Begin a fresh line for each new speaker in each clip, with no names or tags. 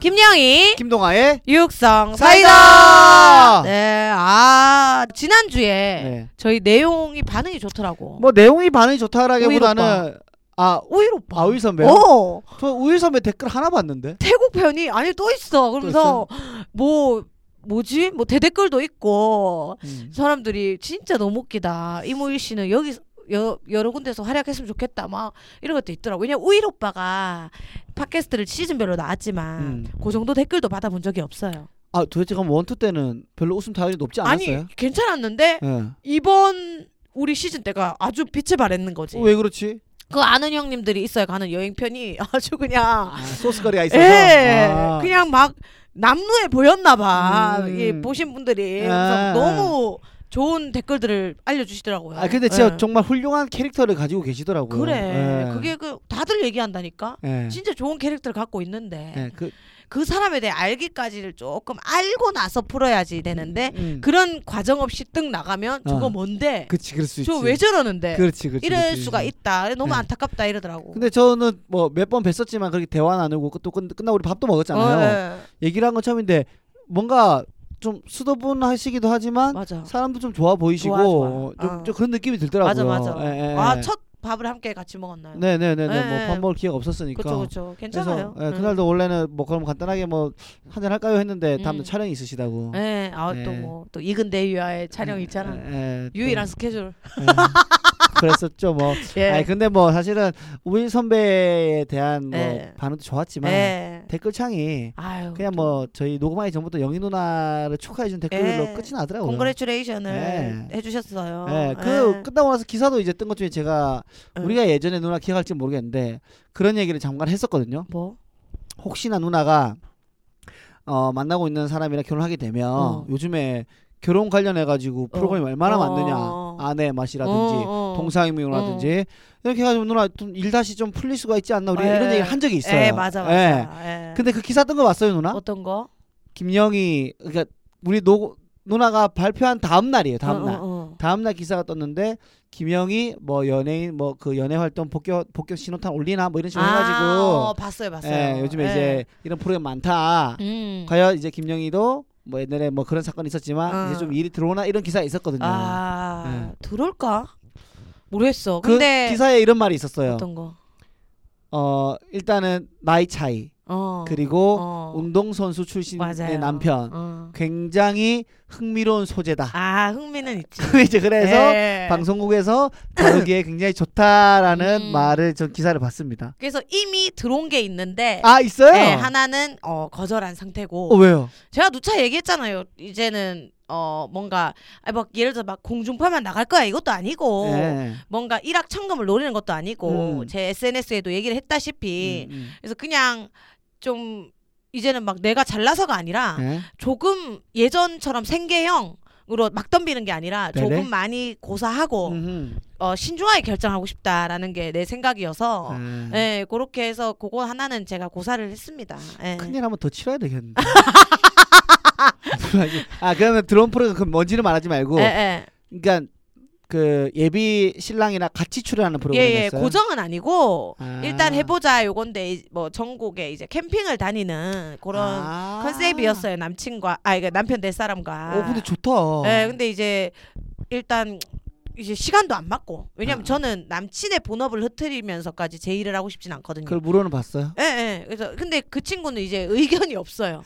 김양이
김동아의
육성
사이다!
사이다. 네, 아 지난 주에
네.
저희 내용이 반응이 좋더라고.
뭐 내용이 반응이
우일
좋다라기보다는 아
오히려 봐.
아, 우일 선배.
어
저 우일 선배 댓글 하나 봤는데.
태국 편이 아니 또 있어. 그러면서 뭐 뭐지 뭐 대댓글도 있고
음.
사람들이 진짜 너무 웃기다. 이모일 씨는 여기 여, 여러 군데서 활약했으면 좋겠다. 막 이런 것도 있더라고. 왜냐 우일 오빠가 팟캐스트를 시즌별로 나왔지만
음.
그 정도 댓글도 받아본 적이 없어요.
아 도대체 그럼 원투 때는 별로 웃음 타율이 높지 않았어요?
아니 괜찮았는데
예.
이번 우리 시즌 때가 아주 빛을 발했는 거지.
어, 왜 그렇지?
그 아는 형님들이 있어야 가는 여행 편이 아주 그냥
아, 소스거리가 있어서.
예
아.
그냥 막 남루에 보였나 봐.
음.
예, 보신 분들이
아,
항상
아.
너무 좋은 댓글들을 알려주시더라고요.
아 근데 진짜
예.
정말 훌륭한 캐릭터를 가지고 계시더라고요.
그래.
예.
그게 그 다들 얘기한다니까.
예.
진짜 좋은 캐릭터를 갖고 있는데
예, 그,
그 사람에 대해 알기까지를 조금 알고 나서 풀어야지 되는데
음.
예. 그런 과정 없이 ตึ나가면 저거
어.
뭔데?
그치 그럴 수 있지.
저 왜 저러는데?
그렇지 그렇지.
이럴
그렇지.
수가 있다. 너무
네.
안타깝다 이러더라고.
근데 저는 뭐 몇 번 뵀었지만 그렇게 대화 나누고 또 끝, 끝나고 우리 밥도 먹었잖아요.
어, 예.
얘기를 한 건 처음인데 뭔가 좀 수도분 하시기도 하지만
맞아.
사람도 좀 좋아 보이시고
좋아, 좋아.
어, 좀,
어.
좀 그런 느낌이 들더라고요.
맞아, 맞아.
예, 예,
아,
예.
첫 밥을 함께 같이 먹었나요?
네네네네
예,
뭐밥 먹을 기회가 없었으니까.
그렇죠. 그렇죠. 괜찮아요.
그래서 예,
응.
그날도 원래는 뭐 그럼 간단하게 뭐 한잔 할까요 했는데 다음날
음.
촬영이 있으시다고.
예. 아, 또
예.
뭐 또 이근 대유아의 촬영
예,
있잖아.
예, 예, 또,
유일한 스케줄.
예. 그랬었죠 뭐.
예.
아니 근데 뭐 사실은 우일 선배에 대한 뭐
예.
반응도 좋았지만
예.
댓글창이
아유. 그렇죠.
그냥 뭐 저희 녹음하기 전부터 영희 누나를 축하해 준 댓글로
예.
끝이 나더라고요.
콩그레츄레이션을
어. 예.
해 주셨어요.
예, 그 끝나고 나서 기사도 이제 뜬 것 중에 제가
예.
우리가 예전에 누나 기억할지 모르겠는데 그런 얘기를 잠깐 했었거든요.
뭐?
혹시나 누나가 어, 만나고 있는 사람이랑 결혼하게 되면
어.
요즘에 결혼 관련해 가지고 프로그램이 얼마나
어.
많느냐 아내 맛이라든지
어, 어.
동사이민이라든지 이렇게 해가지고 누나 좀 일 다시 좀 풀릴 수가 있지 않나 우리 가
예.
이런 얘기를 한 적이 있어요.
예, 맞아 맞아. 예.
근데 그 기사 뜬 거 봤어요 누나?
어떤 거?
김영희 그러니까 우리 노, 누나가 발표한 다음 날이에요.
어,
다음 날.
어, 어.
다음 날 기사가 떴는데 김영희 뭐 연예인 뭐 그 연애 활동 복귀 복귀 신호탄 올리나 뭐 이런 식으로
아, 어,
해가지고
봤어요, 봤어요.
예, 요즘에
예.
이제 이런 프로그램 많다.
음.
과연 이제 김영희도 뭐 옛날에 뭐 그런 사건이 있었지만
어.
이제 좀 일이 들어오나 이런 기사가 있었거든요. 네.
아 들어올까? 모르겠어.
그
근데
기사에 이런 말이 있었어요.
어떤 거?
어 일단은 나이 차이
어.
그리고
어.
운동 선수 출신의
맞아요.
남편
어.
굉장히 흥미로운 소재다.
아 흥미는 있지.
이제 그래서
예.
방송국에서 다루기에 굉장히 좋다라는
음.
말을 전 기사를 봤습니다.
그래서 이미 들어온 게 있는데
아 있어요?
예, 하나는 어, 거절한 상태고
어 왜요?
제가 누차 얘기했잖아요. 이제는 어 뭔가 아, 막 예를 들어 막 공중파만 나갈 거야 이것도 아니고
예.
뭔가 일확천금을 노리는 것도 아니고
음.
제 SNS에도 얘기를 했다시피
음, 음.
그래서 그냥 좀 이제는 막 내가 잘나서가 아니라
예?
조금 예전처럼 생계형으로 막 덤비는 게 아니라
네네.
조금 많이 고사하고
음흠.
어, 신중하게 결정하고 싶다라는 게 내 생각이어서
아,
예, 그렇게 해서 그거 하나는 제가 고사를 했습니다. 예.
큰일 한번 더 치러야 되겠는데. 아 그러면 드론 프로그램 그 뭔지는 말하지 말고
예, 예.
그러니까 그 예비 신랑이나 같이 출연하는
예,
프로그램이
예.
있어요.
고정은 아니고
아.
일단 해보자 요건데 이- 뭐 전국에 이제 캠핑을 다니는 그런
아.
컨셉이었어요 남친과 아 이거 남편 될 사람과
어 근데 좋다.
예, 근데 이제 일단 이제 시간도 안 맞고 왜냐면
아.
저는 남친의 본업을 흐트리면서까지 제 일을 하고 싶진 않거든요.
그걸 물어는 봤어요.
예, 예. 그래서 근데 그 친구는 이제 의견이 없어요.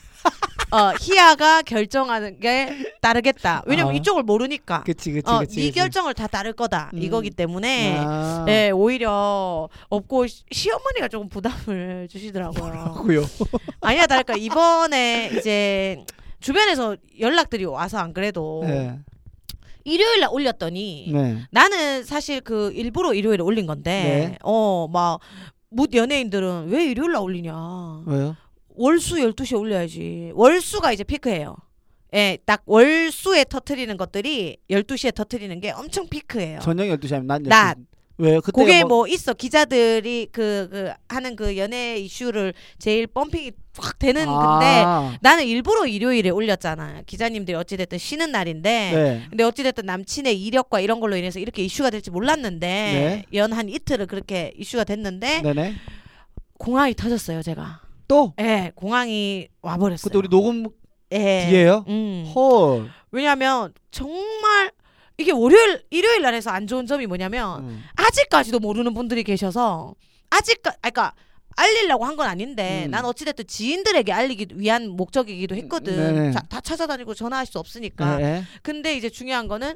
어, 희아가 결정하는 게 따르겠다. 왜냐면
아.
이쪽을 모르니까.
그치 그치
어,
그치.
네
그치.
결정을 다 따를 거다.
음.
이거기 때문에
아.
예, 오히려 없고 시- 시어머니가 조금 부담을 주시더라고요.
고요.
아니야, 다를까 이번에 이제 주변에서 연락들이 와서 안 그래도
네.
일요일 날 올렸더니
네.
나는 사실 그 일부러 일요일에 올린 건데 어,
네.
어막못 연예인들은 왜 일요일 날 올리냐
왜요?
월수 12시에 올려야지 월수가 이제 피크예요 예 딱 월수에 터트리는 것들이 12시에 터트리는 게 엄청 피크예요
저녁 12시 아니면 낮 12시.
낮.
왜요? 그때
그게 뭐 있어 기자들이 그, 그 하는 그 연애 이슈를 제일 펌핑이 확 되는 건데
아.
나는 일부러 일요일에 올렸잖아 기자님들이 어찌됐든 쉬는 날인데
네.
근데 어찌됐든 남친의 이력과 이런 걸로 인해서 이렇게 이슈가 될지 몰랐는데 연 한 이틀을 그렇게 이슈가 됐는데
네. 네네.
공항이 터졌어요 제가
또
예, 공항이 와버렸어요.
그때 우리 녹음
예.
뒤에요?
음.
헐.
왜냐하면 정말 이게 월요일 일요일 날에서 안 좋은 점이 뭐냐면
음.
아직까지도 모르는 분들이 계셔서 아직까 아니, 그러니까 알리려고 한 건 아닌데
음.
난 어찌됐든 지인들에게 알리기 위한 목적이기도
음,
했거든
네네.
자, 다 찾아다니고 전화할 수 없으니까
예, 예.
근데 이제 중요한 거는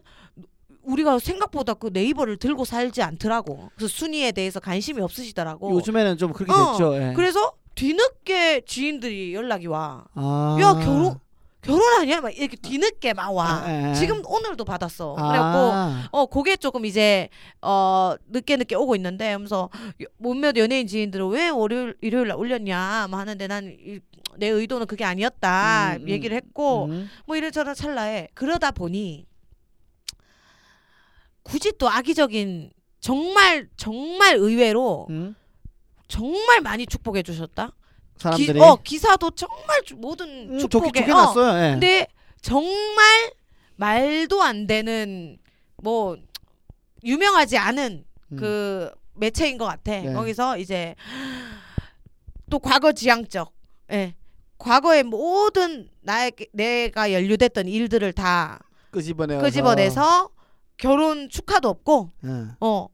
우리가 생각보다 그 네이버를 들고 살지 않더라고 그래서 순위에 대해서 관심이 없으시더라고
요즘에는 좀 그렇게
뭐 어,
됐죠. 예.
그래서 뒤늦게 지인들이 연락이 와
아.
야 결혼 결혼하냐 막 이렇게 뒤늦게 막 와
아, 예, 예.
지금 오늘도 받았어
아.
그래갖고 어, 그게 조금 이제 어 늦게 늦게 오고 있는데 하면서 여- 몇몇 연예인 지인들은 왜 월요일 일요일 날 올렸냐 뭐 하는데 난 내 의도는 그게 아니었다
음, 음,
얘기를 했고
음.
뭐 이런저런 찰나에 그러다 보니 굳이 또 악의적인 정말 정말 의외로
음.
정말 많이 축복해 주셨다.
사람들이
기, 어 기사도 정말 주- 모든
음, 좋게
축복에
좋게
어,
났어요. 예.
근데 정말 말도 안 되는 뭐 유명하지 않은
음.
그 매체인 것 같아.
네.
거기서 이제 또 과거지향적, 예, 과거의 모든 나에게 내가 연루됐던 일들을 다
끄집어내서
끄집어내서 결혼 축하도 없고,
예.
어,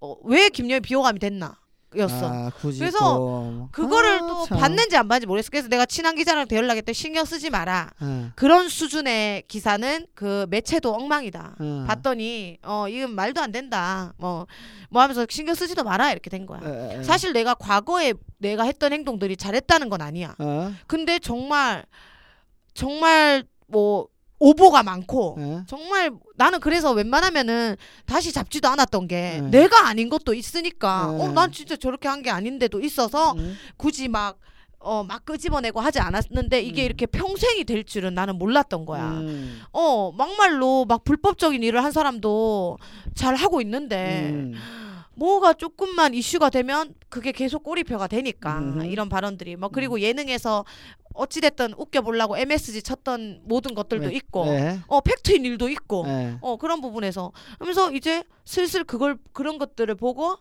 어, 왜 김여희 비호감이 됐나였어.
아, 굳이
그래서
또.
그거를
아,
또
참.
봤는지 안 봤는지 모르겠어. 그래서 내가 친한 기자랑 대연락했더니 신경 쓰지 마라.
예.
그런 수준의 기사는 그 매체도 엉망이다.
음.
봤더니 어 이건 말도 안 된다. 뭐 뭐 하면서 신경 쓰지도 마라 이렇게 된 거야.
예, 예.
사실 내가 과거에 내가 했던 행동들이 잘했다는 건 아니야.
어?
근데 정말 정말 뭐 오보가 많고
예.
정말 나는 그래서 웬만하면은 다시 잡지도 않았던 게
네.
내가 아닌 것도 있으니까
네.
어 난 진짜 저렇게 한 게 아닌데도 있어서
음.
굳이 막 어, 막 끄집어내고 하지 않았는데 이게
음.
이렇게 평생이 될 줄은 나는 몰랐던 거야.
음.
어, 막말로 막 불법적인 일을 한 사람도 잘 하고 있는데
음.
뭐가 조금만 이슈가 되면 그게 계속 꼬리표가 되니까
음흠. 음.
이런 발언들이 뭐 그리고 예능에서 어찌됐든 웃겨보려고 MSG 쳤던 모든 것들도
네.
있고
예.
어 팩트인 일도 있고
예.
어 그런 부분에서 하면서 이제 슬슬 그걸 그런 것들을 보고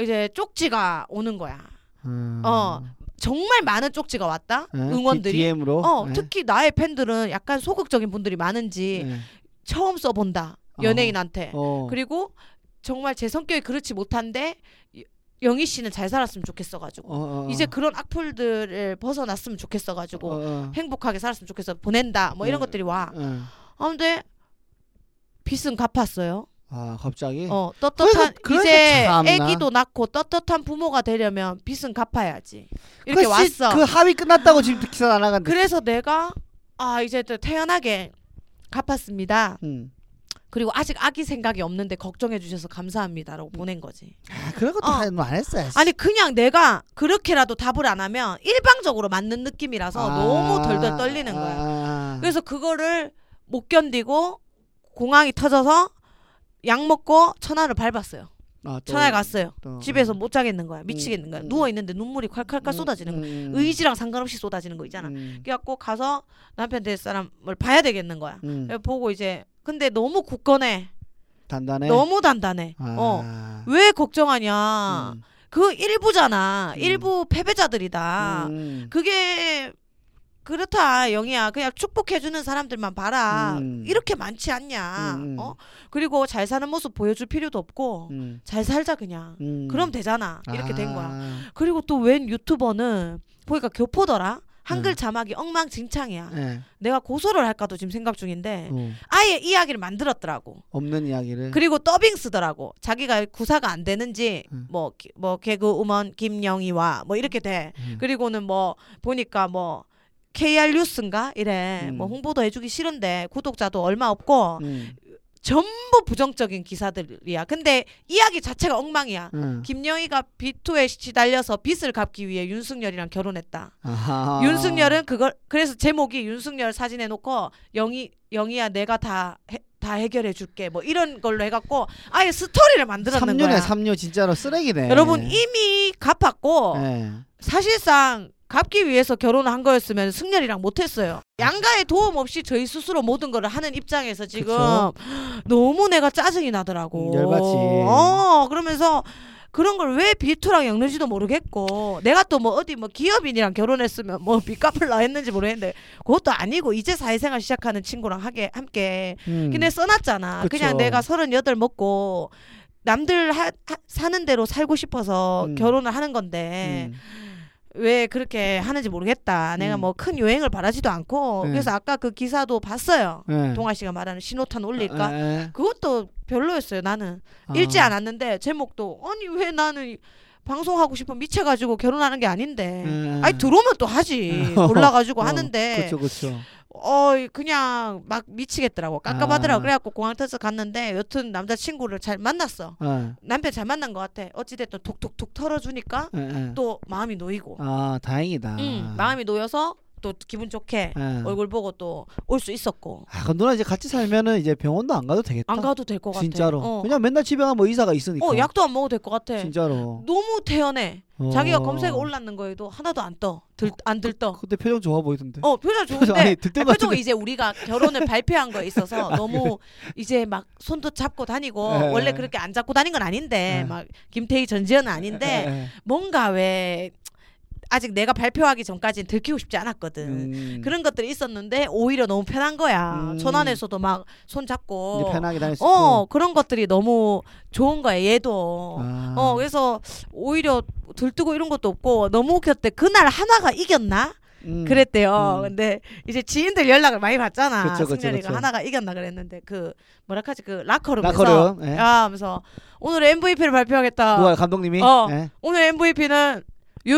이제 쪽지가 오는 거야.
음.
어, 정말 많은 쪽지가 왔다.
예?
응원들이.
DM으로.
어,
예.
특히 나의 팬들은 약간 소극적인 분들이 많은지
예.
처음 써본다.
어.
연예인한테.
어.
그리고 정말 제 성격이 그렇지 못한데 이- 영희 씨는 잘 살았으면 좋겠어가지고
어, 어,
이제 그런 악플들을 벗어났으면 좋겠어가지고
어, 어.
행복하게 살았으면 좋겠어 보낸다 뭐 이런
네.
것들이 와.
예.
아, 근데 빚은 갚았어요.
아 갑자기
어 떳떳한
그래서- 그래서
이제
참나.
아기도 낳고 떳떳한 부모가 되려면 빚은 갚아야지. 이렇게
그 시-
왔어.
그 합의 끝났다고 지금 기사 안 나간다.
그래서 내가 아 이제 또 태연하게 갚았습니다.
음.
그리고 아직 아기 생각이 없는데 걱정해 주셔서
음.
감사합니다라고 보낸 거지.
아 그런 것도
어.
안- 안 했어요.
아니 그냥 내가 그렇게라도 답을 안 하면 일방적으로 맞는 느낌이라서
아.
너무 덜덜 떨리는 거야.
아.
그래서 그거를 못 견디고 공항이 터져서 약 먹고 천안을 밟았어요.
아, 또-
천안에 갔어요.
또-
집에서 못 자겠는 거야. 미치겠는 거야.
음.
누워 있는데 눈물이 칼칼칼 쏟아지는 거야.
음.
의지랑 상관없이 쏟아지는 거 있잖아.
음.
그래갖고 가서 남편 될 사람을 봐야 되겠는 거야.
음.
그래서 보고 이제 근데 너무 굳건해.
단단해.
너무 단단해.
네. 아.
어. 왜 걱정하냐.
음.
그 일부잖아.
음.
일부 패배자들이다.
음.
그게 그렇다 영희야 그냥 축복해주는 사람들만 봐라
음.
이렇게 많지 않냐
음, 음.
어 그리고 잘 사는 모습 보여줄 필요도 없고
음.
잘 살자 그냥
음.
그럼 되잖아 이렇게 된 거야
아.
그리고 또 웬 유튜버는 보니까 교포더라 한글
음.
자막이 엉망진창이야
예.
내가 고소를 할까도 지금 생각 중인데
어.
아예 이야기를 만들었더라고
없는 이야기를.
그리고 더빙 쓰더라고 자기가 구사가 안 되는지
음.
뭐 기- 뭐 개그우먼 김영희와 뭐 이렇게 돼
음.
그리고는 뭐 보니까 뭐 KR 뉴스인가 이래
음.
뭐 홍보도 해주기 싫은데 구독자도 얼마 없고
음.
전부 부정적인 기사들이야. 근데 이야기 자체가 엉망이야.
음.
김영희가 B2에 시달려서 빚을 갚기 위해 윤승열이랑 결혼했다.
아하.
윤승열은 그걸 그래서 제목이 윤승열 사진해 놓고 영희 영희야 내가 다 해, 다 해결해 줄게 뭐 이런 걸로 해갖고 아예 스토리를 만들었는 거야.
삼류네 삼류 진짜로 쓰레기네.
여러분 이미 어. 갚았고
예.
사실상 갚기 위해서 결혼을 한 거였으면 승렬이랑 못했어요. 양가의 도움 없이 저희 스스로 모든 걸 하는 입장에서 지금
그쵸.
너무 내가 짜증이
음,
나더라고.
열받지.
어, 그러면서 그런 걸 왜 빌투랑 엮는지도 모르겠고 내가 또 뭐 어디 뭐 기업인이랑 결혼했으면 뭐 빚 갚을라 했는지 모르겠는데 그것도 아니고 이제 사회생활 시작하는 친구랑 하게 함께
음.
근데 써놨잖아.
그쵸.
그냥 내가 서른여덟 먹고 남들 하, 하- 사는 대로 살고 싶어서
음.
결혼을 하는 건데
음.
왜 그렇게 하는지 모르겠다. 내가
음.
뭐 큰 여행을 바라지도 않고
네.
그래서 아까 그 기사도 봤어요.
예.
동아 씨가 말하는 신호탄 올릴까?
예, 예.
그것도 별로였어요. 나는
아.
읽지 않았는데 제목도 아니 왜 나는 방송하고 싶어 미쳐가지고 결혼하는 게 아닌데.
예.
아니 들어오면 또 하지 골라가지고
어,
하는데
그렇죠, 그렇죠.
어 그냥 막 미치겠더라고 깝깝하더라고
아.
그래갖고 공항 터서 갔는데 여튼 남자친구를 잘 만났어
예.
남편 잘 만난 것 같아 어찌됐든 톡톡톡 털어주니까
예, 예.
또 마음이 놓이고
아, 다행이다.
응, 마음이 놓여서 또 기분 좋게
예.
얼굴 보고 또 올 수 있었고
아, 그럼 누나 이제 같이 살면은 이제 병원도 안 가도 되겠다.
안 가도 될 것 같아
진짜로.
어,
그냥 맨날 집에 가면 뭐 의사가 있으니까.
어, 약도 안 먹어도 될 것 같아
진짜로.
너무 태연해
어.
자기가 검색에 올랐는 거에도 하나도 안떠안 들떠
그때 표정 좋아 보이던데.
어 표정 좋은데
아니, 들 때마다
표정 이제 우리가 결혼을 발표한 거에 있어서 너무 이제 막 손도 잡고 다니고
예.
원래 그렇게 안 잡고 다닌 건 아닌데
예.
막 김태희 전지현은 아닌데
예, 예.
뭔가 왜 아직 내가 발표하기 전까지는 들키고 싶지 않았거든.
음.
그런 것들이 있었는데 오히려 너무 편한 거야.
음.
천안에서도 막 손
이제
잡고
편하게 다닐 수
어
있고.
그런 것들이 너무 좋은 거야 얘도.
아.
어 그래서 오히려 들뜨고 이런 것도 없고 너무 웃겼대. 그날 하나가 이겼나?
음.
그랬대요.
음.
근데 이제 지인들 연락을 많이 받잖아.
그쵸, 그쵸,
승렬이가
그쵸.
하나가 이겼나 그랬는데 그 뭐라 하지 그 라커룸에서 아.
라커룸. 예.
야 하면서 오늘 MVP를 발표하겠다.
누가 감독님이?
어.
예.
오늘 MVP는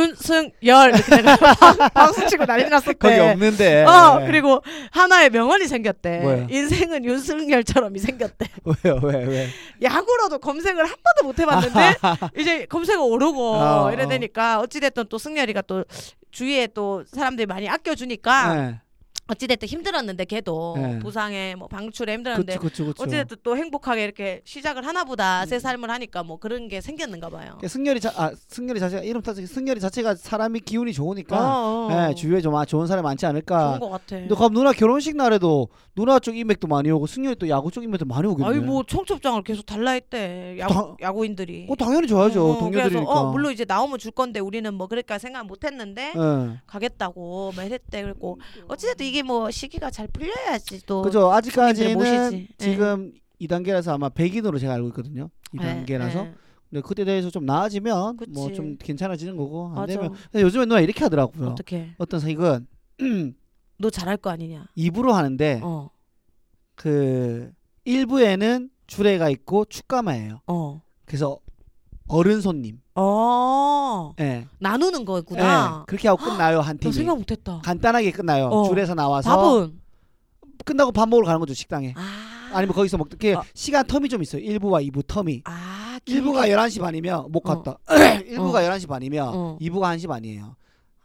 윤승열 이렇게 내가 방송 치고 난리 났었대.
거기 없는데.
어
예.
그리고 하나의 명언이 생겼대.
뭐야?
인생은 윤승열처럼이 생겼대.
왜요, 왜, 왜?
야구로도 검색을 한 번도 못 해봤는데 이제 검색어 오르고
어,
이래
어.
되니까 어찌됐든 또 승열이가 또 주위에 또 사람들이 많이 아껴주니까
예.
어찌됐든 힘들었는데 걔도
네.
부상에 뭐 방출에 힘들었는데
그렇죠, 그렇죠, 그렇죠.
어찌됐든 또 행복하게 이렇게 시작을 하나보다 새 삶을 하니까 뭐 그런 게 생겼는가 봐요.
그러니까 승열이 자, 아, 승열이 자체가 이름 따서 승열이 자체가 사람이 기운이 좋으니까
어, 어.
예, 주위에 좀 아, 좋은 사람이 많지 않을까.
좋은 것 같아.
근데 그럼 누나 결혼식 날에도 누나 쪽 인맥도 많이 오고 승열이 또 야구 쪽 인맥도 많이 오겠네.
아니 뭐 청첩장을 계속 달라했대
당-
야구, 야구인들이.
어, 당연히 줘야죠
어, 어,
동료들이니까.
그래서 어 물론 이제 나오면 줄 건데 우리는 뭐 그럴까 생각 못 했는데
예.
가겠다고 막 이랬대 그랬고 어찌됐든 이게 뭐 시기가 잘 풀려야지 또
그죠.
손님들
아직까지는
어, 모시지. 예.
지금 2단계라서 아마 100인으로 제가 알고 있거든요.
예,
2단계라서.
예.
근데 네, 그때 대해서 좀 나아지면
그치.
뭐 좀 괜찮아지는 거고 안
맞아.
되면 근데 요즘에 누나 이렇게 하더라고요.
어떻게
어떤 사익은
너 잘할 거 아니냐.
입으로 하는데
어
그 일부에는 주례가 있고 축가마예요.
어.
그래서 어른 손님.
어
예.
나누는 거구나.
예, 그렇게 하고 끝나요 한
나
팀이.
생각 못했다.
간단하게 끝나요.
어.
줄에서 나와서
밥은
끝나고 밥 먹으러 가는 거죠 식당에.
아,
아니면 뭐 거기서 먹 이렇게
아.
시간 텀이 좀 있어요. 1부와 2부 텀이.
아 길게.
1부가 11시 반이면 못
어.
갔다. 1부가
어.
11시 반이면
어. 아,
2부가 1시 반이에요.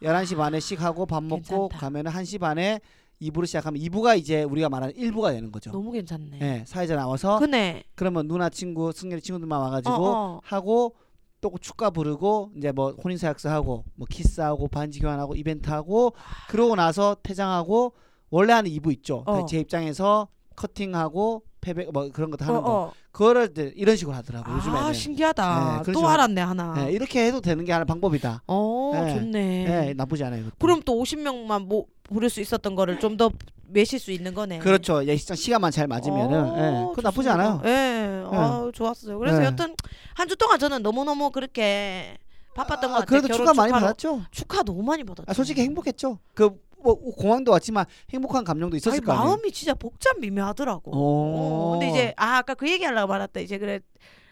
11시 반에 씩 하고 밥 먹고
괜찮다.
가면은 1시 반에 2부로 시작하면 2부가 이제 우리가 말하는 1부가 되는 거죠.
너무 괜찮네. 어?
예, 사회자 나와서
그네.
그러면 누나 친구, 승렬이 친구들만 와
어,
가지고
어.
하고 또 축가 부르고 이제 뭐 혼인 사약서 하고 뭐 키스하고 반지 교환하고 이벤트 하고 그러고 나서 퇴장하고 원래 하는 2부 있죠.
어.
제 입장에서 커팅하고 패배 뭐 그런 것도
어,
하는 거.
어.
그거를 이제 이런 식으로 하더라고 요 요즘에는.
아 신기하다.
네, 그렇죠.
또 알았네 하나.
예, 이렇게 해도 되는 게 하나 방법이다.
어
네.
좋네.
예, 나쁘지 않아요. 그것도.
그럼 또 50명만 뭐 부를 수 있었던 거를 좀 더 메실 수 있는 거네. 어,
그렇죠. 예식장 시간만 잘 맞으면은 예, 그거 나쁘지 않아요.
예. 아 좋았어요. 그래서
예.
여튼 한 주 동안 저는 너무 너무 그렇게 바빴던 것
아,
같아요.
그래도
결혼
축가 많이
축하로. 음.
받았죠.
축하 너무 많이 받았죠.
아, 솔직히 행복했죠. 그 뭐, 공항도 왔지만 행복한 감정도 있었을
아니,
거 아니에요.
마음이 진짜 복잡 미묘하더라고.
오.
어, 근데 이제 아 아까 그 얘기하려고 말았다. 이제 그래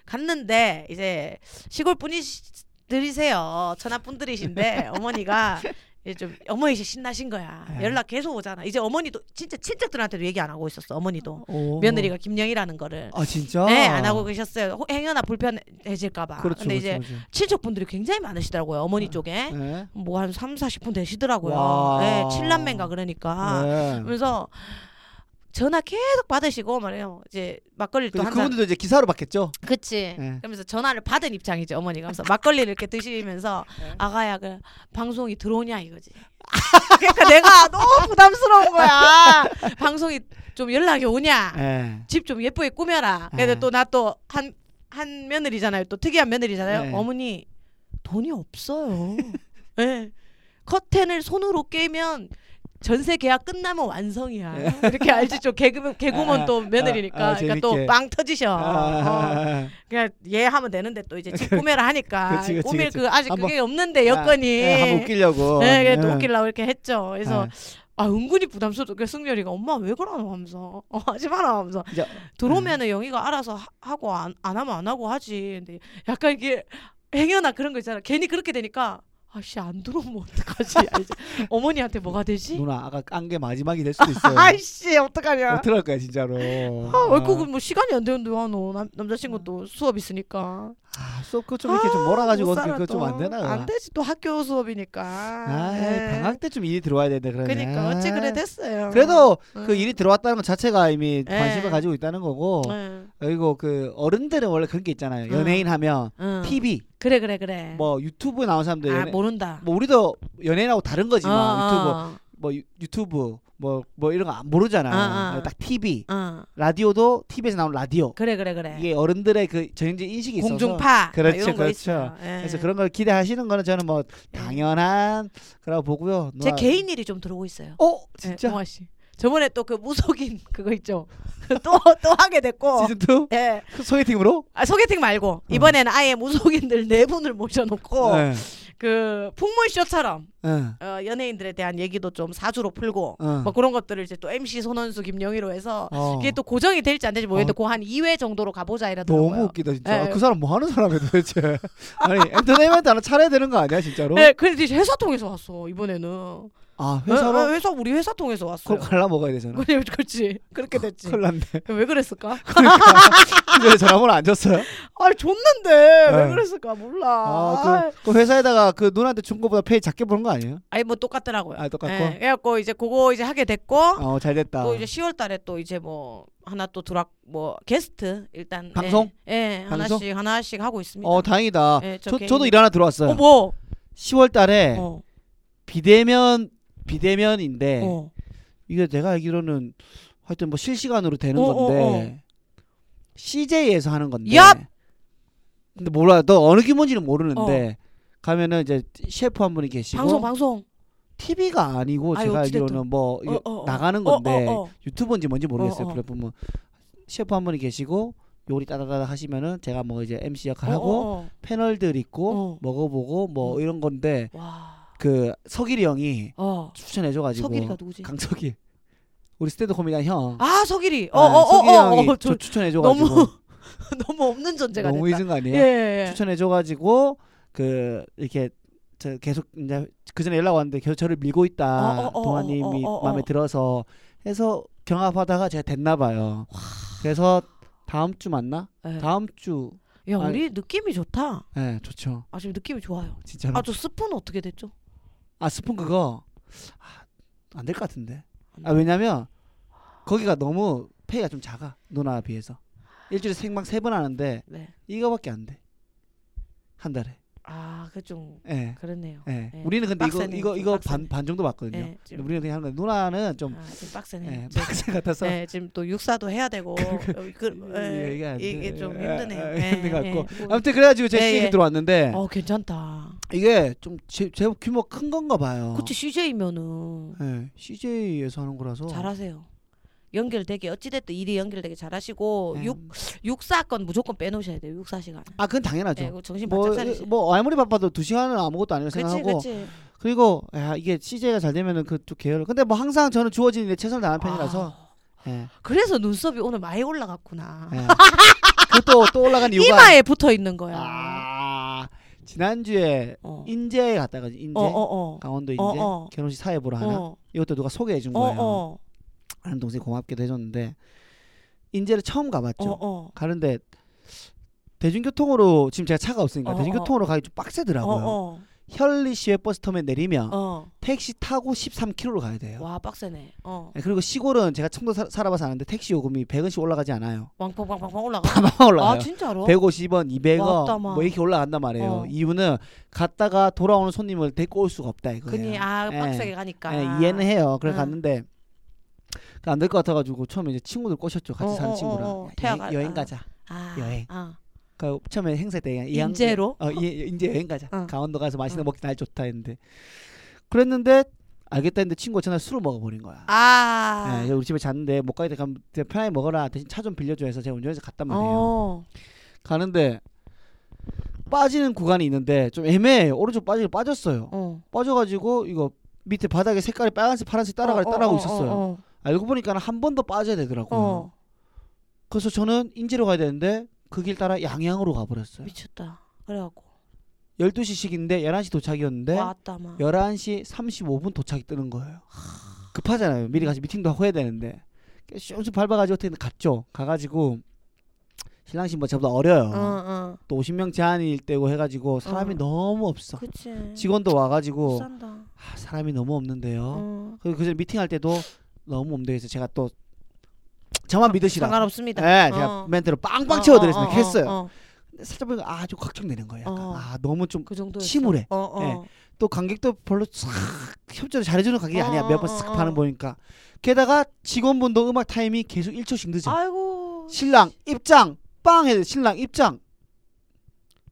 갔는데 이제 시골 분이들이세요. 천안 분들이신데 어머니가 이제 좀 어머니 신나신 거야.
네.
연락 계속 오잖아. 이제 어머니도 진짜 친척들한테도 얘기 안 하고 있었어. 어머니도
오.
며느리가 김영이라는 거를
아 진짜?
네, 안 하고 계셨어요. 혹- 행여나 불편해질까 봐.
그렇죠.
근데 이제
그렇죠, 그렇죠.
친척분들이 굉장히 많으시더라고요. 어머니 쪽에.
예.
뭐 한 3, 40분 되시더라고요.
와.
네, 7남매인가 그러니까.
네.
그래서 전화 계속 받으시고 말해요. 이제 막걸리 또
근데
한잔.
그분들도 이제 기사로 봤겠죠.
그치.
네.
그러면서 전화를 받은 입장이죠 어머니가. 그래서 막걸리를 이렇게 드시면서
예.
아가야 그 방송이 들어오냐 이거지. 그러니까 내가 너무 부담스러운 거야. 방송이 좀 연락이 오냐.
예.
집 좀 예쁘게 꾸며라.
네.
근데 또 나 또 한 한 한 며느리잖아요. 또 특이한 며느리잖아요.
네.
어머니 돈이 없어요. 예. 커튼을 손으로 깨면 전세 계약 끝나면 완성이야. 이렇게 알지 좀 개그 개구먼
네. 아,
또 며느리니까.
아, 아,
그러니까
재밌게.
또 빵 터지셔. 어.
아,
그냥 얘 하면 되는데 또 이제 집 구매를 하니까
그치, 그치,
꾸밀
그치.
그 아직
한번-
그게 없는데 여건이.
예, 한번 웃기려고.
네, 그래 또
예.
웃기려고 이렇게 했죠. 그래서
예.
아 은근히 부담스럽게 승렬이가 엄마 왜 그러노 하면서 어, 하지 마라 하면서
이제- 음.
들어오면은 영희가 알아서 하, 하고 안, 안 하면 안 하고 하지 근데 약간 이게 행여나 그런 거 있잖아 괜히 그렇게 되니까 아씨 안 들어오면 어떡하지 아, 이제 어머니한테 뭐가 되지
예. 누나 아까 깐 게 마지막이 될 수도 있어요.
아씨 어떡하냐
어떡할 거야 진짜로. 어.
아, 얼굴은 뭐 시간이 안 되는데 와노 남- 남자친구도 수업 있으니까
아, 수업 그좀 이렇게 좀 음. 몰아가지고
못 살아,
그거 좀
또.
안 되나?
안 되지 또 학교 수업이니까
아,
예.
방학 때 좀 일이 들어와야 되는데 그러네.
그러니까 어찌 그래 됐어요
그래도
응.
그 일이 들어왔다는 것 자체가 이미
예.
관심을 가지고 있다는 거고
응.
그리고 그 어른들은 원래 그런 게 있잖아요. 연예인 하면
응.
TV,
그래 그래 그래
뭐 유튜브 나온 사람들
아
연예... 뭐...
모른다
우리도 연예인하고 다른 거지만 유튜브
어,
뭐 유, 유튜브 뭐, 뭐 이런 거 안 모르잖아.
아, 아.
딱 TV,
어, 어.
라디오도 TV에서 나온 라디오.
그래 그래 그래
이게 어른들의 그 전형적인 인식이 있어서
네. 공중파 막
그렇죠,
이런 거
그렇죠.
있어요. 예.
그래서 그런 걸 기대하시는 거는 저는 뭐
예.
당연한 거라고 보고요.
제
누나-
개인 일이 좀 들어오고 있어요
어
예,
진짜
동아 씨 저번에 또 그 무속인 그거 있죠 또 또 하게 됐고
시즌 음. 2
예
소개팅으로
아, 소개팅 말고 이번에는 아예 무속인들 네 분을 모셔놓고
예.
그 풍물쇼처럼
예.
어, 연예인들에 대한 얘기도 좀 사주로 풀고
어.
뭐 그런 것들을 이제 또 MC 손원수 김영희로 해서
어.
그게 또 고정이 될지 안 될지 모르겠는데
어.
그 한 2회 정도로 가보자 이러더라고요.
너무 웃기다 진짜.
예.
아, 그 사람 뭐 하는 사람이야 도대체. 아니 엔터테인먼트 하나 차려야 되는 거 아니야 진짜로?
네, 그래서 이제 회사 통해서 왔어 이번에는.
아
네,
어? 회사로
네, 회사 우리 회사 통해서 왔어.
그럼 갈라 먹어야 되잖아. 아,
그래, 그렇지. 그렇게 됐지.
큰일 났네.
왜 그랬을까?
왜 전화번호 안 줬어요?
아, 줬는데
네.
왜 그랬을까 몰라.
아, 그, 그 회사에다가 그 누나한테 준 거보다 페이 작게 보는 거 아니에요?
아니 뭐 똑같더라고요.
아, 똑같고?
예, 그래갖고 이제 그거 이제 하게 됐고
어, 잘 됐다.
또 이제 10월달에 또 이제 뭐 하나 또 들어 뭐 게스트 일단
방송?
예, 예,
방송?
하나씩 하나씩 하고 있습니다.
어, 다행이다.
예, 저
저,
개인-
저도 일 하나 들어왔어요.
어, 뭐?
10월 달에
어,
비대면 비대면인데
어.
이게 내가 알기로는 하여튼 뭐 실시간으로 되는
어,
건데
어,
CJ에서 하는 건데.
얍!
근데 몰라. 너 어느 기분인지는 모르는데 가면은 이제 셰프 한 분이 계시고
어. 방송 방송.
TV가 아니고
아유,
제가
어찌됐든.
알기로는 뭐 이거
어, 어, 어.
나가는
어,
건데
어, 어.
유튜브인지 뭔지 모르겠어요.
어, 어.
플랫폼은 셰프 한 분이 계시고 요리 따다다다 하시면은 제가 뭐 이제 MC 역할 하고
어, 어, 어.
패널들 있고
어.
먹어보고 뭐
어.
이런 건데
와.
그 서길이 형이
어.
추천해줘가지고
서길이가 누구지?
강서길 우리 스탠드 코미디언 형
아 서길이.
네, 서길이
어어어어
형이
어,
저
저
추천해줘가지고
너무 너무 없는 존재가
너무
됐다.
잊은 거 아니에요?
예. 예.
추천해줘가지고 그 이렇게 저 계속 이제 그 전에 연락 왔는데 계속 저를 밀고 있다
어, 어, 어,
동아님이
어, 어, 어, 어.
마음에 들어서 해서 경합하다가 제가 됐나 봐요. 그래서 다음 주 맞나?
예.
다음 주
야
아니.
우리 느낌이 좋다.
예, 좋죠.
아 지금 느낌이 좋아요.
진짜로.
아
아,
저 스푼 어떻게 됐죠?
스푼 그거 아, 안 될 것 같은데. 아
네.
왜냐면 거기가 너무 페이가 좀 작아 누나에 비해서 일주일에 생방 세 번 하는데
네.
이거밖에 안 돼. 한 달에.
아그좀
예.
그렇네요.
예.
예.
우리는 근데 이거
빡세네,
이거
좀
이거 반
빡세네.
반 정도 봤거든요.
예.
근데
지금
우리는 그냥 하는 거예요. 누나는 좀
아, 지금
예,
빡세네요. 지금.
박사 같아서
예, 지금 또 육사도 해야 되고 어, 그, 예,
이게 안 돼.
이게 좀
아,
힘드네요.
아,
예,
힘든 것
예.
같고.
뭐,
아무튼 네. 그래가지고 제
예,
CJ
예.
들어왔는데
어 괜찮다.
이게 좀 제, 제법 규모 큰 건가 봐요.
그치 CJ면은
예, CJ에서 하는 거라서
잘하세요. 연결되게 어찌됐든 일이 연결되게 잘하시고
예.
육 육사 건 무조건 빼놓으셔야 돼요. 육사 시간.
아 그건
예,
당연하죠.
그거 정신 바짝
뭐,
차리시.
뭐 아무리 바빠도 두 시간은 아무것도 아니라고
그렇지,
생각하고
그렇지.
그리고 야, 이게 CJ가 잘 되면은 그쪽 계열 근데 뭐 항상 저는 주어진 일에 최선을 다하는 편이라서 예,
아, 그래서 눈썹이 오늘 많이 올라갔구나.
예. 그것도 또 올라간 이유가
이마에 붙어 있는 거야.
아, 지난주에
어.
인제에 갔다 가지 인제
어, 어, 어.
강원도 인제
어, 어.
결혼식 사회 보러 하나
어,
이것도 누가 소개해 준
어,
거예요
어,
아는 동생이 고맙게도 해줬는데 인제를 처음
어,
가봤죠
어,
가는데 대중교통으로 지금 제가 차가 없으니까
어, 어.
대중교통으로 가기 좀
어,
빡세더라고요
어,
현리 시외 버스 터미널 내리면
어.
택시 타고 13km로 가야 돼요
와 빡세네. 어,
네, 그리고 시골은 제가 청도 사- 살아봐서 아는데 택시 요금이 100원씩 올라가지 않아요
왕팡팡팡 올라가.
다만
아
올라가요
진짜로?
150원,
왔다,
200원
마.
뭐 이렇게 올라간단 말이에요.
어.
이유는 갔다가 돌아오는 손님을 데리고 올 수가 없다 이거예요.
그니 아
예.
빡세게 가니까.
예, 이해는 해요. 그래
응.
갔는데 그러니까 안 될 것 같아가지고 처음에 이제 친구들 꼬셨죠. 같이
어,
사는
어,
친구랑
어, 어.
야,
태아가-
여행, 여행
아.
가자.
아,
여행.
아,
그 처음에 행사 때 그냥 이양-
인재로?
어, 이- 인제 여행 가자.
어.
강원도 가서 맛있는
어.
거 먹기 날 좋다 했는데 그랬는데 알겠다 했는데 친구가 전날 술을 먹어버린 거야.
아.
예, 그래서 우리 집에 잤는데 못 가게 되면 편하게 먹어라 대신 차 좀 빌려줘 해서 제가 운전해서 갔단 말이에요.
어.
가는데 빠지는 구간이 있는데 좀 애매해요. 오른쪽 빠지게 빠졌어요.
어.
빠져가지고 이거 밑에 바닥에 색깔이 빨간색 파란색 따라가
어, 어,
따라가고
어,
있었어요. 음.
어. 어.
알고 보니까 한 번 더 빠져야 되더라고요.
어.
그래서 저는 인제로 가야 되는데 그 길 따라 양양으로 가버렸어요.
미쳤다. 그래갖고
12시식인데 11시 도착이었는데
왔다 막.
11시 35분 도착이 뜨는 거예요. 급하잖아요. 미리 가서 미팅도 하고 해야 되는데. 쑥쑥 밟아가지고 어떻게든 갔죠. 가가지고 신랑 신부 저보다 어려요.
어, 어.
또 50명 제한일 때고 해가지고 사람이
어.
너무 없어.
그치.
직원도 와가지고
비싼다.
아, 사람이 너무 없는데요.
어.
그리고 그전 미팅할 때도 너무 없는데 그래서 제가 또 저만 믿으시라.
상관없습니다.
예, 제가
어.
멘트로 빵빵
어,
채워드렸습니다.
어, 어,
했어요.
어.
근데 살짝 보니까 아, 좀 걱정되는 거예요. 약간.
어.
아, 너무 좀 또
그 정도.
침울해.
어, 어.
예. 관객도 별로 싹 협조를 잘해주는 관객이
어,
아니야. 몇 번
어,
싹
어.
반응 보니까. 게다가 직원분도 음악 타임이 계속 1초씩 늦어.
아이고.
신랑 입장 빵 해야 돼. 신랑 입장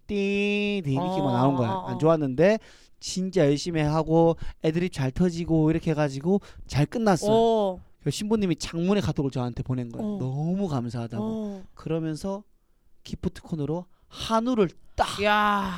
띵띵 이렇게 만
어,
나온 거야.
어, 어.
안 좋았는데 진짜 열심히 하고 애드립 잘 터지고 이렇게 해가지고 잘 끝났어.
어.
그 신부님이 장문의 카톡을 저한테 보낸 거야.
어.
너무 감사하다고.
어.
그러면서 기프트콘으로 한우를 딱.
야.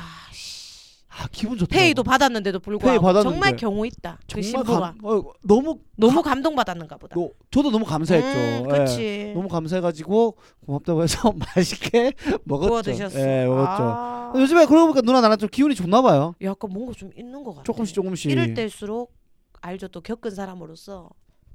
아 기분 좋다.
예. 페이도 받았는데도 불구하고
페이 받았는데.
정말 경우 있다. 그
정말
신부가
감, 어, 너무
너무 감동 받았는가 보다.
너, 저도 너무 감사했죠.
음,
예.
그렇지.
너무 감사해가지고 고맙다고 해서 맛있게 먹었죠.
구워 드셨어.
예, 먹었죠.
아.
요즘에 그러고 보니까 누나 나랑 좀 기운이 좋나 봐요.
약간 뭔가 좀 있는 것 같아.
조금씩 조금씩
이럴 때일수록 알죠 또 겪은 사람으로서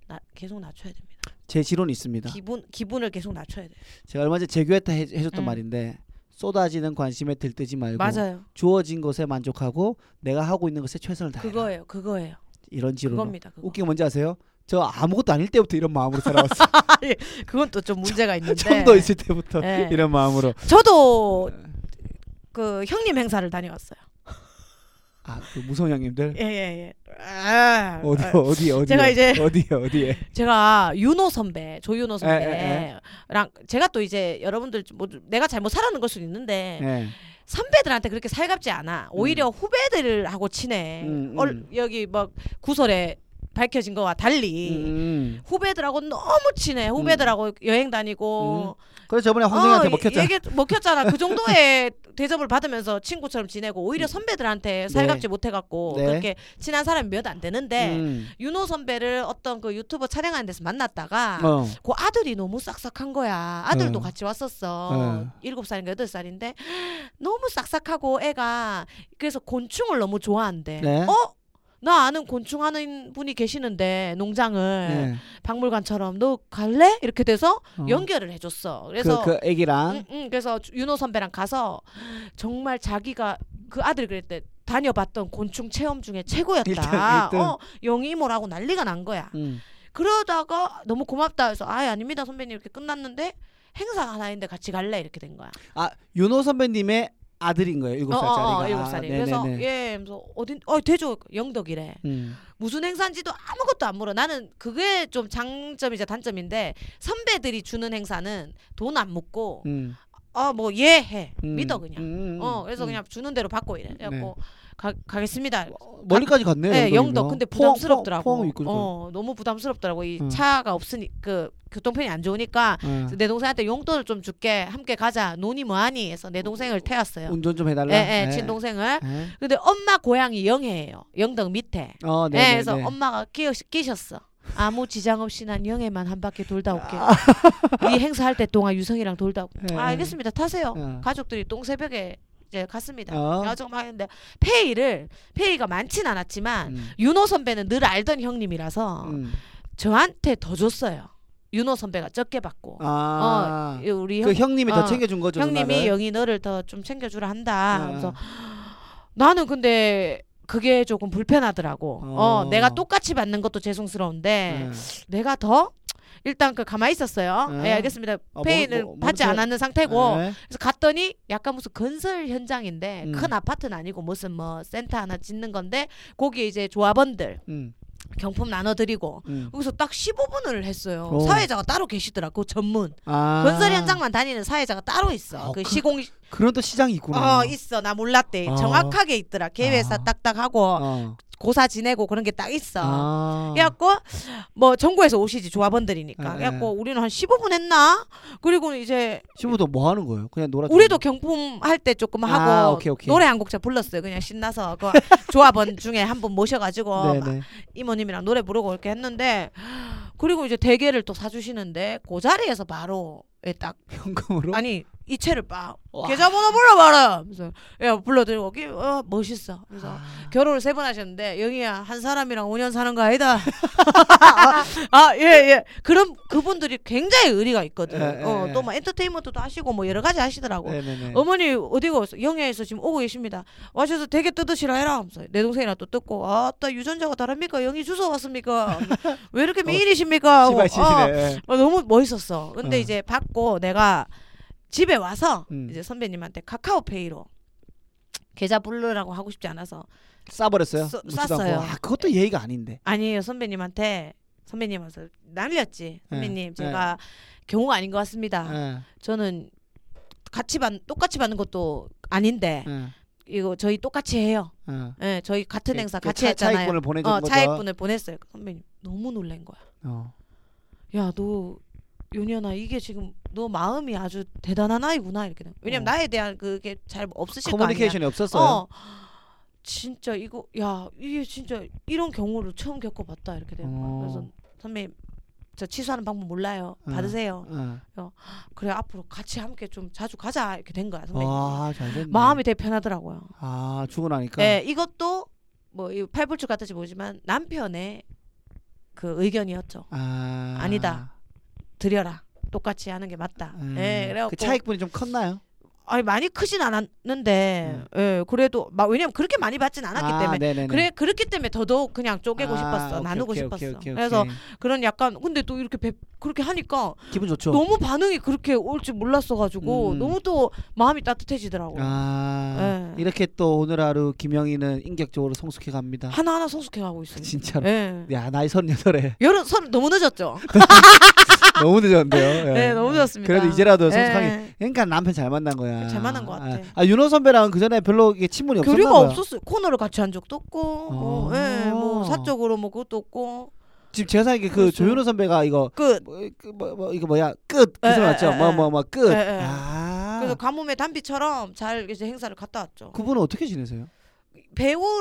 나, 계속 낮춰야 됩니다.
제 지론이 있습니다.
기분 기분을 계속 낮춰야 돼.
제가 얼마 전에 재규했다 해- 해줬던
음.
말인데 쏟아지는 관심에 들뜨지 말고
맞아요.
주어진 것에 만족하고 내가 하고 있는 것에 최선을 다해. 라
그거예요. 그거예요.
이런 지론.
그겁니다. 그거.
웃긴 게 뭔지 아세요? 저 아무것도 아닐 때부터 이런 마음으로 살아왔어요.
그건 또 좀 문제가 있는데.
처음 더 있을 때부터
네.
이런 마음으로.
저도
네.
그 형님 행사를 다녀왔어요.
아, 그 무성 형님들.
예, 예, 예. 아,
어디
아,
어디 어디
제가 이제-
어디에 어디에
제가 윤호 선배, 조윤호
예, 에,
선배랑 제가 또 이제 여러분들 뭐 내가 잘못 살아는 걸 수는 있는데
네.
선배들한테 그렇게 살갑지 않아. 오히려 후배들하고 친해.
음, 음.
얼- 여기 막 구설에 밝혀진 거와 달리
음.
후배들하고 너무 친해. 후배들하고 여행
음.
다니고.
그래서 저번에 황정이한테
어,
먹혔잖아
얘기- 먹혔잖아. 그 정도의 대접을 받으면서 친구처럼 지내고 오히려 선배들한테 살갑지 못해갖고
음. 네.
그렇게 친한 사람이 몇 안 되는데
음.
윤호 선배를 어떤 그 유튜버 촬영하는 데서 만났다가
어.
그 아들이 너무 싹싹한 거야. 아들도
네.
같이 왔었어.
음.
일곱 살인가 여덟 살인데 너무 싹싹하고 애가 그래서 곤충을 너무 좋아한대.
네.
어? 나 아는 곤충 하는 분이 계시는데 농장을
네.
박물관처럼 너 갈래? 이렇게 돼서
어.
연결을 해줬어. 그래서
그, 그 애기랑
응, 응, 음, 그래서 주- 윤호 선배랑 가서 정말 자기가 그 아들 그랬대 다녀봤던 곤충 체험 중에 최고였다.
일등, 일등.
어, 영이모라고 난리가 난 거야.
음.
그러다가 너무 고맙다 해서 아 아닙니다 선배님 이렇게 끝났는데 행사가 하나 있는데 같이 갈래 이렇게 된 거야.
아 윤호 선배님의 아들인 거예요. 일곱
어, 어,
살짜리가.
어, 일곱 살이.
아,
그래서
네네네.
예, 그래서 어딘 어 대조 영덕이래.
음.
무슨 행사인지도 아무것도 안 물어. 나는 그게 좀 장점이자 단점인데 선배들이 주는 행사는 돈 안 묻고
음.
어 뭐 예 해
음.
믿어 그냥.
음, 음,
어 그래서
음. 네.
그냥 주는 대로 받고 이래. 그래갖고 가, 가겠습니다.
어, 멀리까지 갔네요.
네,
영덕이면. 뭐.
영덕. 근데
포항,
부담스럽더라고.
포항, 포항 있고
어, 너무 부담스럽더라고. 이
음.
차가 없으니 그 교통편이 안 좋으니까
저기.
그래서 내 동생한테 용돈을 좀 줄게. 함께 가자. 논이 뭐하니? 해서 내 동생을
예.
태웠어요.
운전 좀 해달라. 네.
예, 예, 친동생을.
예.
근데 엄마 고향이 영해예요. 영덕 밑에.
어,
예,
네, 네,
그래서
네.
엄마가 끼어, 끼셨어. 아무 지장 없이 난 영해만 한 바퀴 돌다 올게.
아.
네 행사할 때 동안 유성이랑 돌다 올게.
예,
아,
예.
알겠습니다. 타세요.
어.
가족들이 똥새벽에 이제 갔습니다.
어.
그래가지고 막 했는데 페이를 페이가 많진 않았지만
음.
윤호 선배는 늘 알던 형님이라서
음.
저한테 더 줬어요. 윤호 선배가 적게 받고
아.
어. 이 우리
그 형님이 더
어.
챙겨준 거죠.
형님이
누나를?
영희 너를 더 좀 챙겨주라 한다.
아.
그래서 나는 근데 그게 조금 불편하더라고. 어,
어.
내가 똑같이 받는 것도 죄송스러운데
예.
내가 더 일단 그 가만히 있었어요.
예.
예, 알겠습니다.
뭐,
페이는
뭐, 뭐,
받지
뭐,
않았는 상태고
예.
그래서 갔더니 약간 무슨 건설 현장인데
음.
큰 아파트는 아니고 무슨 뭐 센터 하나 짓는 건데 거기에 이제 조합원들
음.
경품 나눠드리고
음.
거기서 딱 15분을 했어요.
오.
사회자가 따로 계시더라. 그 전문
아.
건설이 현장만 다니는 사회자가 따로 있어.
어,
그
그-
시공
그런 또 시장이 있구나.
어 있어. 나 몰랐대.
아.
정확하게 있더라. 계획사
아.
딱딱하고
어.
고사 지내고 그런 게 딱 있어.
아.
그래갖고 뭐 전국에서 오시지 조합원들이니까
네,
그래갖고 우리는 한 15분 했나 그리고 이제
친구도 뭐 하는 거예요? 그냥 놀아.
우리도 경품 할 때 조금
아,
하고
오케이, 오케이.
노래 한 곡 제가 불렀어요 그냥 신나서 그 조합원 중에 한 분 모셔가지고 막
네네.
이모님이랑 노래 부르고 이렇게 했는데 그리고 이제 대게를 또 사주시는데 그 자리에서 바로 예, 딱
현금으로.
아니 이 채를 빡
와.
계좌번호 불러봐라 그래서 야 불러드리고 "이게, 어, 멋있어 그래서
아.
결혼을 세 번 하셨는데 영희야 한 사람이랑 5년 사는 거 아니다. 아 예 예. 그럼 그분들이 굉장히 의리가 있거든.
예, 예, 예.
어또 막 엔터테인먼트도 하시고 뭐 여러 가지 하시더라고.
네네네.
어머니 어디가 왔어? 영희에서 지금 오고 계십니다. 와셔서 되게 뜯으시라 해라. 하면서 내 동생이랑 또 뜯고 아따 유전자가 다릅니까? 영희 주소 왔습니까? 왜 이렇게 미인이십니까? 하고,
어, 시발
어,
치시네. 예.
어, 너무 멋있었어. 근데
어.
이제 받고 내가 집에 와서
음.
이제 선배님한테 카카오페이로 계좌 불르라고 하고 싶지 않아서
싸버렸어요.
써-
묻지도 않고.
쌌어요. 네.
아 그것도 예의가 아닌데.
아니에요 선배님한테 선배님한테 날렸지 선배님
네.
제가 경우가 아닌 것 같습니다.
예,
저는 같이 받 똑같이 받는 것도 아닌데
예,
이거 저희 똑같이 해요.
예.
예, 저희 같은
그
행사
차-
같이 했잖아요.
차익분을 보내준
어,
거죠.
차액분을 보냈어요. 그 선배님 너무 놀란 거야.
어.
야, 너 윤현아 이게 지금 너 마음이 아주 대단한 아이구나 이렇게. 된 거야. 왜냐면
어.
나에 대한 그게 잘 없으실 거 아니야.
커뮤니케이션이 없었어요.
어. 진짜 이거 야 이게 진짜 이런 경우를 처음 겪어봤다 이렇게 되는 거야.
어.
네, 그래서 선배님 저 취소하는 방법 몰라요.
어.
받으세요.
어.
그래 앞으로 같이 함께 좀 자주 가자 이렇게 된 거야 선배님.
아 잘됐네.
마음이 되게 편하더라고요.
아 죽고 나니까.
네 이것도 뭐이 팔불출 같을지 모르지만 남편의 그 의견이었죠.
아
아니다. 드려라. 똑같이 하는 게 맞다.
음.
예, 그래갖고
그 차익분이 좀 컸나요?
아니 많이 크진 않았는데, 예, 그래도 막 왜냐면 그렇게 많이 받진 않았기
음. 아,
때문에
네네네.
그래 그렇기 때문에 더더욱 그냥 쪼개고
아,
싶었어
오케이,
나누고
오케이,
싶었어
오케이, 오케이,
그래서
오케이.
그런 약간 근데 또 이렇게 배- 그렇게 하니까
기분 좋죠.
너무 반응이 그렇게 올 줄 몰랐어가지고
음.
너무 또 마음이 따뜻해지더라고 요
아
예.
이렇게 또 오늘 하루 김영희는 인격적으로 성숙해 갑니다.
하나 하나 성숙해가고 있어요
아, 진짜로.
예
야 나이 서른여덟에
여름 선 너무 늦었죠
너무 늦었는데요. 예.
네, 너무 늦었습니다
그래도 이제라도 성숙하게
예.
그러니까 남편 잘 만난 거야.
잘 만난 것 같아.
아, 아 윤호 선배랑 그 전에 별로 이게 친분이 없었나
네, 교류가
봐요.
없었어요 코너를 같이 한 적도 없고 뭐,
아.
예, 뭐 사적으로 뭐 그것도 없고
지금 제가 생각에 그
그래서-
조윤호 선배가 이거
끝
뭐, 그 뭐, 뭐 이거 뭐야 끝그
에,
사람
에,
맞죠?
에,
뭐
에.
뭐 뭐 끝.
에, 에.
아
예. 그래서 가뭄의 단비처럼 잘 이제 행사를 갔다 왔죠
그분은 어떻게 지내세요?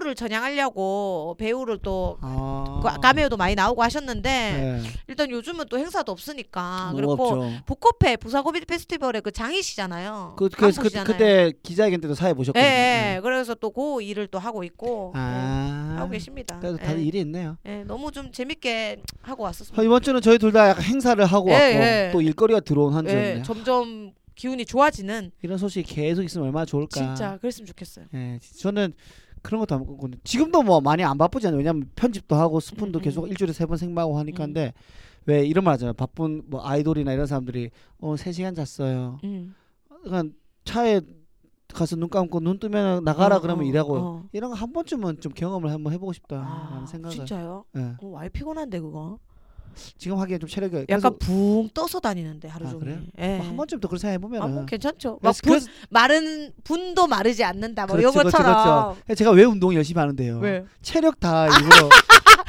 배우를 전향하려고 배우를 또
아
그 까메오도 많이 나오고 하셨는데
네.
일단 요즘은 또 행사도 없으니까
뭐
아, 그리고
없죠.
북코페 부사고비 페스티벌의 그 장이시잖아요.
그, 그, 그,
강호시잖아요.
그때 기자회견 때도 사회
예,
보셨거든요.
예. 그래서 또 그 일을 또 하고 있고 예,
아
하고 계십니다.
그래도 다들
예.
일이 있네요.
예, 너무 좀 재밌게 하고 왔었습니다.
아, 이번 주는 저희 둘 다 약간 행사를 하고
예,
왔고
예.
또 일거리가 들어온 한 주였네요.
예, 점점 기운이 좋아지는
이런 소식이 계속 있으면 얼마나 좋을까.
진짜 그랬으면 좋겠어요.
예, 지- 저는 그런 것도 안 먹고 지금도 뭐 많이 안 바쁘지 않아요. 왜냐면 편집도 하고 스푼도
음, 음.
계속 일주일에 세 번 생방하고 하니까
음.
근데 왜 이런 말 하잖아요. 바쁜 뭐 아이돌이나 이런 사람들이 어, 3시간 잤어요.
음.
그냥 차에 가서 눈 감고 눈 뜨면 나가라
어,
그러면
어,
일하고
어.
이런 거 한 번쯤은 좀 경험을 한번 해보고 싶다라는
아,
생각을
진짜요?
예,
어, 와이 피곤한데 그거.
지금 하기엔 좀 체력이
약간
약간
붕 떠서 다니는데 하루
아,
종일.
그래요?
예.
한 번쯤 더 그렇게 생각해보면
아,
은
뭐 괜찮죠. 막
그래서,
분,
그래서-
마른 분도 마르지 않는다. 뭐
그렇죠, 그렇죠,
요거처럼. 어.
그렇죠. 제가 왜 운동 열심히 하는데요
왜? 아,
체력 다 일부러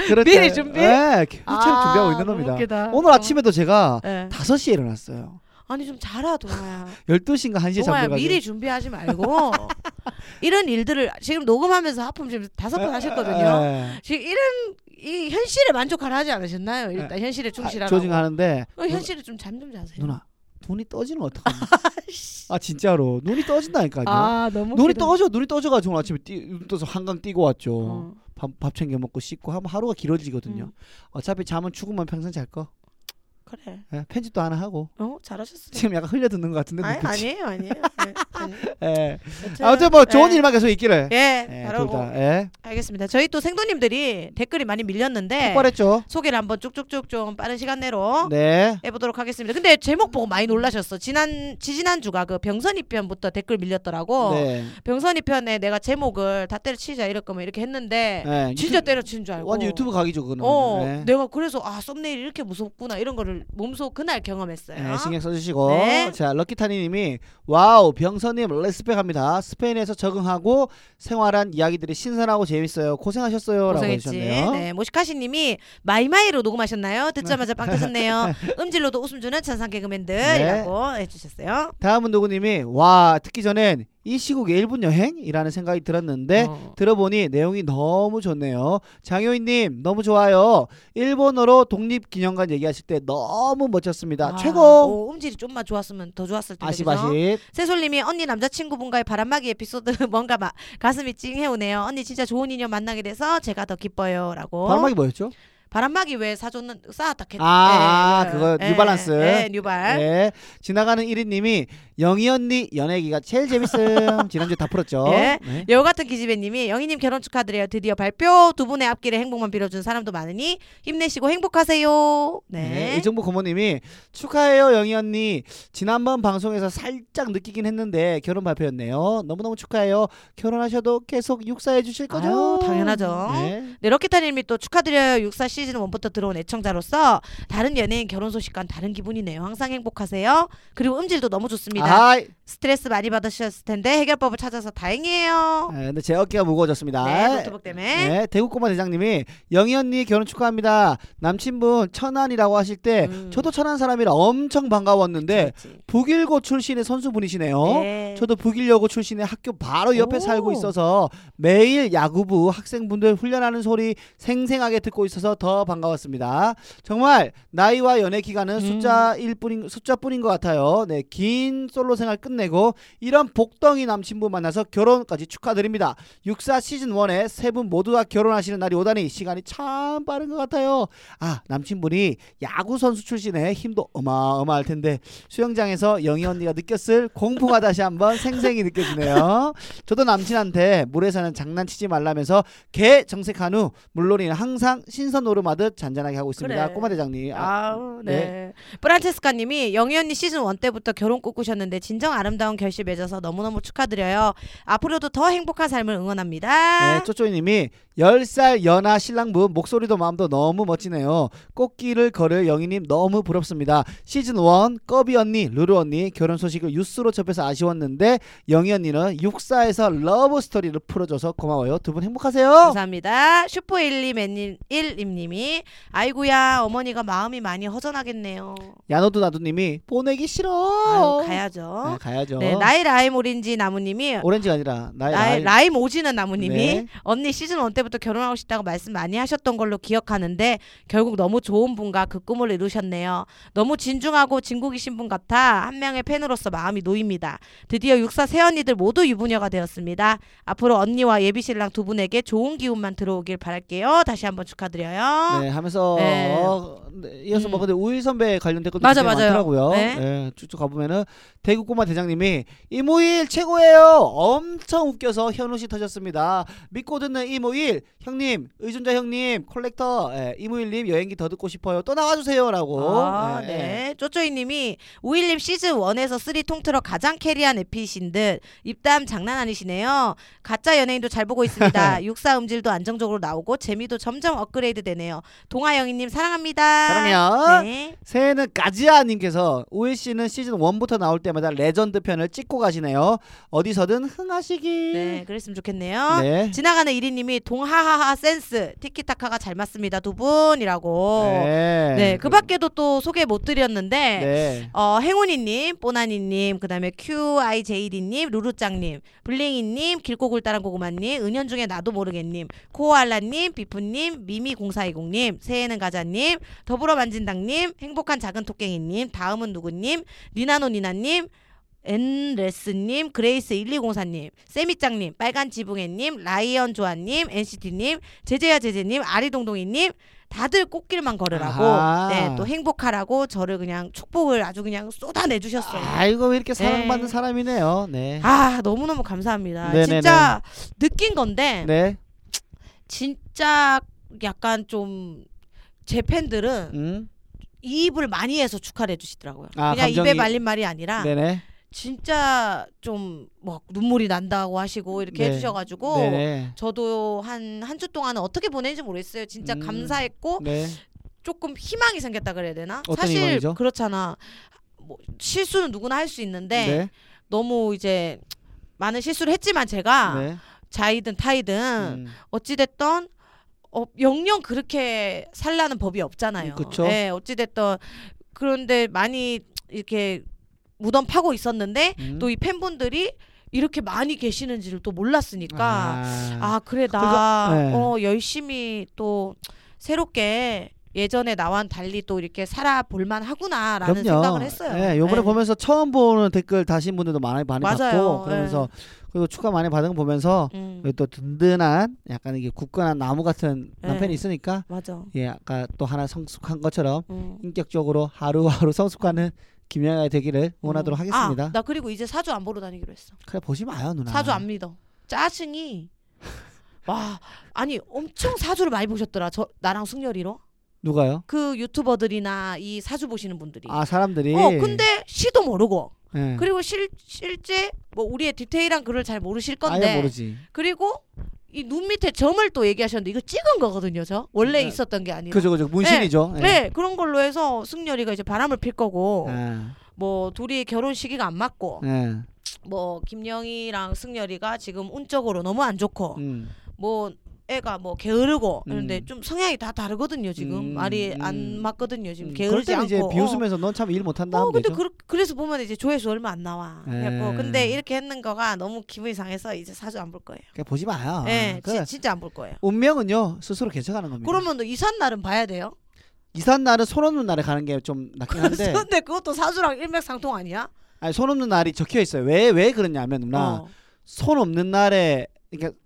그럴
미리
때-
준비?
예, 체력
아,
준비하고
너무
있는 겁니다
웃기다. 어.
오늘 아침에도 제가
예.
5시에 일어났어요.
아니 좀 자라 동아야.
12시인가 1시에
동아야
잠들어가지고.
미리 준비하지 말고 이런 일들을 지금 녹음하면서 하품 지금 다섯 번 하셨거든요.
예.
지금 이런 이 현실에 만족하라 하지 않으셨나요? 일단 현실에
아,
충실하라고.
조증하는데
어, 현실에 좀 잠 좀 자세요.
누나 눈이 떠지면 어떡하냐. 아 진짜로 눈이 떠진다니까요.
아 너무
눈이
웃기다.
떠져 눈이 떠져가지고 오늘 아침에 뛰, 눈 떠서 한강 뛰고 왔죠.
어,
밥, 밥 챙겨 먹고 씻고 하면 하루가 길어지거든요.
음.
어차피 잠은 죽으면 평생 잘 거.
그래.
예, 편집도 하나 하고
어 잘하셨어요.
지금 약간 흘려 듣는 것 같은데
아니
눈빛이.
아니에요 아니에요. 네, 아니에요.
예.
여튼,
아무튼 뭐 좋은
네.
일만 계속 있기를.
예,
예,
바로
둘
뭐
다. 예.
알겠습니다. 저희 또 생도님들이 댓글이 많이 밀렸는데
폭발했죠.
소개를 한번 쭉쭉쭉 좀 빠른 시간 내로
네.
해보도록 하겠습니다. 근데 제목 보고 많이 놀라셨어. 지난 지지난 주가 그 병선이 편부터 댓글 밀렸더라고.
네.
병선이 편에 내가 제목을 다 때려치자 이럴 거면 이렇게 했는데
예,
진짜
유튜브-
때려친 줄 알고.
완전 유튜브 각이죠 그거는.
어,
예.
내가 그래서 아 썸네일 이렇게 무섭구나 이런 거를 몸소 그날 경험했어요.
네, 신경 써주시고
네.
자 럭키타니님이 와우 병선님 레스펙합니다 스페인에서 적응하고 생활한 이야기들이 신선하고 재밌어요 고생하셨어요라고
고생했지.
해주셨네요
네, 모시카시님이 마이마이로 녹음하셨나요? 듣자마자 빵 터졌네요. 음질로도 웃음 주는 천상
네.
개그맨들이라고 해주셨어요.
다음은 누구님이 와 듣기 전엔 이 시국의 1분 여행이라는 생각이 들었는데
어.
들어보니 내용이 너무 좋네요. 장효인님 너무 좋아요. 일본어로 독립기념관 얘기하실 때 너무 멋졌습니다.
아,
최고.
오, 음질이 좀만 좋았으면 더 좋았을 텐데.
아쉽
그죠?
아쉽.
세솔님이 언니 남자친구분과의 바람막이 에피소드 뭔가 막 가슴이 찡해오네요. 언니 진짜 좋은 인연 만나게 돼서 제가 더 기뻐요라고.
바람막이 뭐였죠?
바람막이 왜 사줬는 쌓았다 했
아, 아, 그거 뉴발란스.
예, 뉴발.
네. 지나가는 1위님이 영희 언니 연애기가 제일 재밌음. 지난주에 다 풀었죠.
예.
네.
여우 같은 기집애님이 영희님 결혼 축하드려요. 드디어 발표 두 분의 앞길에 행복만 빌어준 사람도 많으니 힘내시고 행복하세요. 네.
네. 이정부 고모님이 축하해요 영희 언니 지난번 방송에서 살짝 느끼긴 했는데 결혼 발표였네요 너무너무 축하해요 결혼하셔도 계속 육사해 주실 거죠
아유, 당연하죠.
네.
네, 럭키타님이 또 축하드려요. 육사 시즌 1부터 들어온 애청자로서 다른 연예인 결혼 소식과는 다른 기분이네요. 항상 행복하세요. 그리고 음질도 너무 좋습니다.
아이,
스트레스 많이 받으셨을 텐데 해결법을 찾아서 다행이에요.
네, 근데 제 어깨가 무거워졌습니다
네, 노트북 때문에.
아, 네, 대구꼬마 대장님이 영희 언니 결혼 축하합니다 남친분 천안이라고 하실 때
음.
저도 천안 사람이라 엄청 반가웠는데
그치, 그치.
북일고 출신의 선수분이시네요
네.
네. 어? 저도 북일여고 출신의 학교 바로 옆에
오.
살고 있어서 매일 야구부 학생분들 훈련하는 소리 생생하게 듣고 있어서 더 반가웠습니다. 정말 나이와 연애 기간은
음.
숫자일 뿐인 숫자뿐인 것 같아요. 네, 긴 솔로 생활 끝내고 이런 복덩이 남친분 만나서 결혼까지 축하드립니다. 육사 시즌 1에 세 분 모두 다 결혼하시는 날이 오다니 시간이 참 빠른 것 같아요. 아 남친분이 야구 선수 출신에 힘도 어마어마할 텐데 수영장에서 영희 언니가 느꼈을 공포가 다시 한번 생생히 느껴지네요. 저도 남친한테 물에서는 장난치지 말라면서 개 정색한 후 물놀이는 항상 신선 노름하듯 잔잔하게 하고 있습니다.
그래.
꼬마 대장님. 아,
아우, 네. 프란체스카님이 영희 언니 시즌 1 때부터 결혼 꿈꾸셨는데 진정 아름다운 결실 맺어서 너무너무 축하드려요. 앞으로도 더 행복한 삶을 응원합니다.
네, 쪼쪼이님이 10살 연하 신랑분 목소리도 마음도 너무 멋지네요. 꽃길을 걸을 영희님 너무 부럽습니다. 시즌 1 꺼비 언니, 루루 언니 결혼 소식을 뉴스로 접해서 아쉬웠는데 영희 언니는 육사에서 러브 스토리를 풀어줘서 고마워요. 두 분 행복하세요.
감사합니다. 슈퍼12맨1님이 아이고야 어머니가 마음이 많이 허전하겠네요.
야노도 나도님이 보내기 싫어.
아유, 가야죠.
네, 가야죠.
네, 나이 라임 오렌지 나무님이
오렌지가 아니라 나이
나이,
나이-
라임 오지는 나무님이
네.
언니 시즌 1 때부터 결혼하고 싶다고 말씀 많이 하셨던 걸로 기억하는데 결국 너무 좋은 분과 그 꿈을 이루셨네요. 너무 진중하고 진국이신 분 같아 한 명의 팬으로서 마음이 놓입니다. 드디어 육사 새언니들 모두 유부녀가 되었습니다. 앞으로 언니와 예비신랑 두 분에게 좋은 기운만 들어오길 바랄게요. 다시 한번 축하드려요.
네, 하면서
네.
어, 네, 이어서
음.
뭐 근데 우일 선배 관련된 것도
맞아,
굉장히
맞아요.
많더라고요.
네.
예, 쭉쭉 가보면은 대구 꼬마 대장님이 이모일 최고예요. 엄청 웃겨서 현우 씨 터졌습니다. 믿고 듣는 이모일 형님, 의존자 형님, 콜렉터 예, 이모일님 여행기 더 듣고 싶어요. 또 나와주세요라고.
아,
예, 예.
네. 쪼쪼이님이 우일님 시즌 1에서 3 통틀어 가장 캐리한 에피신 듯 입담 장난 아니시네요. 가짜 연예인도 잘 보고 있습니다. 육사 음질도 안정적으로 나오고 재미도 점점 업그레이드 되네요. 동아영희님 사랑합니다.
사랑해요.
네.
새해는 까지아님께서 우일 씨는 시즌 1부터 나올 때마다 레전드 편을 찍고 가시네요. 어디서든 흥하시길.
네, 아, 그랬으면 좋겠네요.
네.
지나가는 이리님이 동하하하 센스 티키타카가 잘 맞습니다 두 분이라고. 네.
네.
그 밖에도 또 소개 못 드렸는데
네.
어, 행운이님, 뽀나니님, 그 다음에 QIJD님, 루루짱님, 블링이님, 길고굴다란고구마님, 은연중에 나도 모르겠님, 코알라님, 비프님, 미미0420님, 새해는 가자님, 더불어만진당님, 행복한 작은 토깽이님, 다음은 누구님, 니나노니나님, 엔레스님, 그레이스1204님, 세미짱님, 빨간지붕애님, 라이언조아님, NCT님, 제재야제재님, 아리동동이님, 다들 꽃길만 걸으라고,
아하.
네, 또 행복하라고 저를 그냥 축복을 아주 그냥 쏟아내주셨어요.
아이고 왜 이렇게
네.
사랑받는 사람이네요. 네.
아 너무너무 감사합니다.
네네네.
진짜 느낀 건데
네.
진짜 약간 좀 제 팬들은
음.
이입을 많이 해서 축하를 해주시더라고요.
아,
그냥
감정이-
입에 말린 말이 아니라
네네.
진짜 좀 막 눈물이 난다고 하시고 이렇게
네.
해주셔가지고
네네.
저도 한 한 주 동안은 어떻게 보내는지 모르겠어요. 진짜
음.
감사했고
네.
조금 희망이 생겼다 그래야 되나?
어떤
사실
희망이죠?
그렇잖아. 뭐 실수는 누구나 할 수 있는데
네.
너무 이제 많은 실수를 했지만 제가
네.
자이든 타이든
음.
어찌됐던 어, 영영 그렇게 살라는 법이 없잖아요.
음, 그쵸.
예, 어찌됐던 그런데 많이 이렇게 무덤 파고 있었는데
음.
또 이 팬분들이 이렇게 많이 계시는지를 또 몰랐으니까
아.
아, 그래 나
그러니까, 네.
어, 열심히 또 새롭게 예전에 나와는 달리 또 이렇게 살아볼만 하구나라는 생각을 했어요.
예, 요번에
예.
보면서 처음 보는 댓글 다신 분들도 많이 많이
맞아요. 네.
받고 그러면서 그리고 축하 많이 받은 거 보면서
음,
그리고 또 든든한 약간 이게 굳건한 나무 같은
네.
남편이 있으니까
맞아.
예, 아까 또 하나 성숙한 것처럼
음.
인격적으로 하루하루 성숙하는 김양아의 되기를 응원하도록
음.
하겠습니다. 아.
아, 나 그리고 이제 사주 안 보러 다니기로 했어.
그래 보지 마요 누나.
사주 안 믿어. 짜증이 와 아니 엄청 사주를 많이 보셨더라. 저 나랑 승열이로
누가요?
그 유튜버들이나 이 사주 보시는 분들이.
아 사람들이.
어 근데 그러니까 시도 모르고
예.
그리고 실 실제 뭐 우리의 디테일한 글을 잘 모르실
아예
건데
모르지.
그리고 이 눈 밑에 점을 또 얘기하셨는데 이거 찍은 거거든요 저 원래
네.
있었던 게 아니라
그죠 그죠 문신이죠. 예.
네 그런 걸로 해서 승열이가 이제 바람을 필 거고
예.
뭐 둘이 결혼 시기가 안 맞고
예.
뭐 김영희랑 승열이가 지금 운적으로 너무 안 좋고
음.
뭐 애가 뭐 게으르고
음.
그런데 좀 성향이 다 다르거든요 지금
음,
말이
음.
안 맞거든요 지금
음, 그럴
게으르지
때는
않고
이제 비웃으면서 넌 참 일 못한다
어, 어
하면
근데
되죠. 네.
그, 그래서 보면 이제 조회수 얼마 안 나와
에.
그래갖고 근데 이렇게 했는 거가 너무 기분이 상해서 이제 사주 안 볼 거예요
그냥 보지 마요.
예
그
지- 진짜 안 볼 거예요
운명은요 스스로 개척하는 겁니다.
그러면 이삿 날은 봐야 돼요
이사 날은 손 없는 날에 가는 게 좀 낫긴 한데
근데 그것도 사주랑 일맥상통 아니야
아니, 손 없는 날이 적혀 있어요. 왜 왜 그러냐면 누나
어,
손 없는 날에 그러니까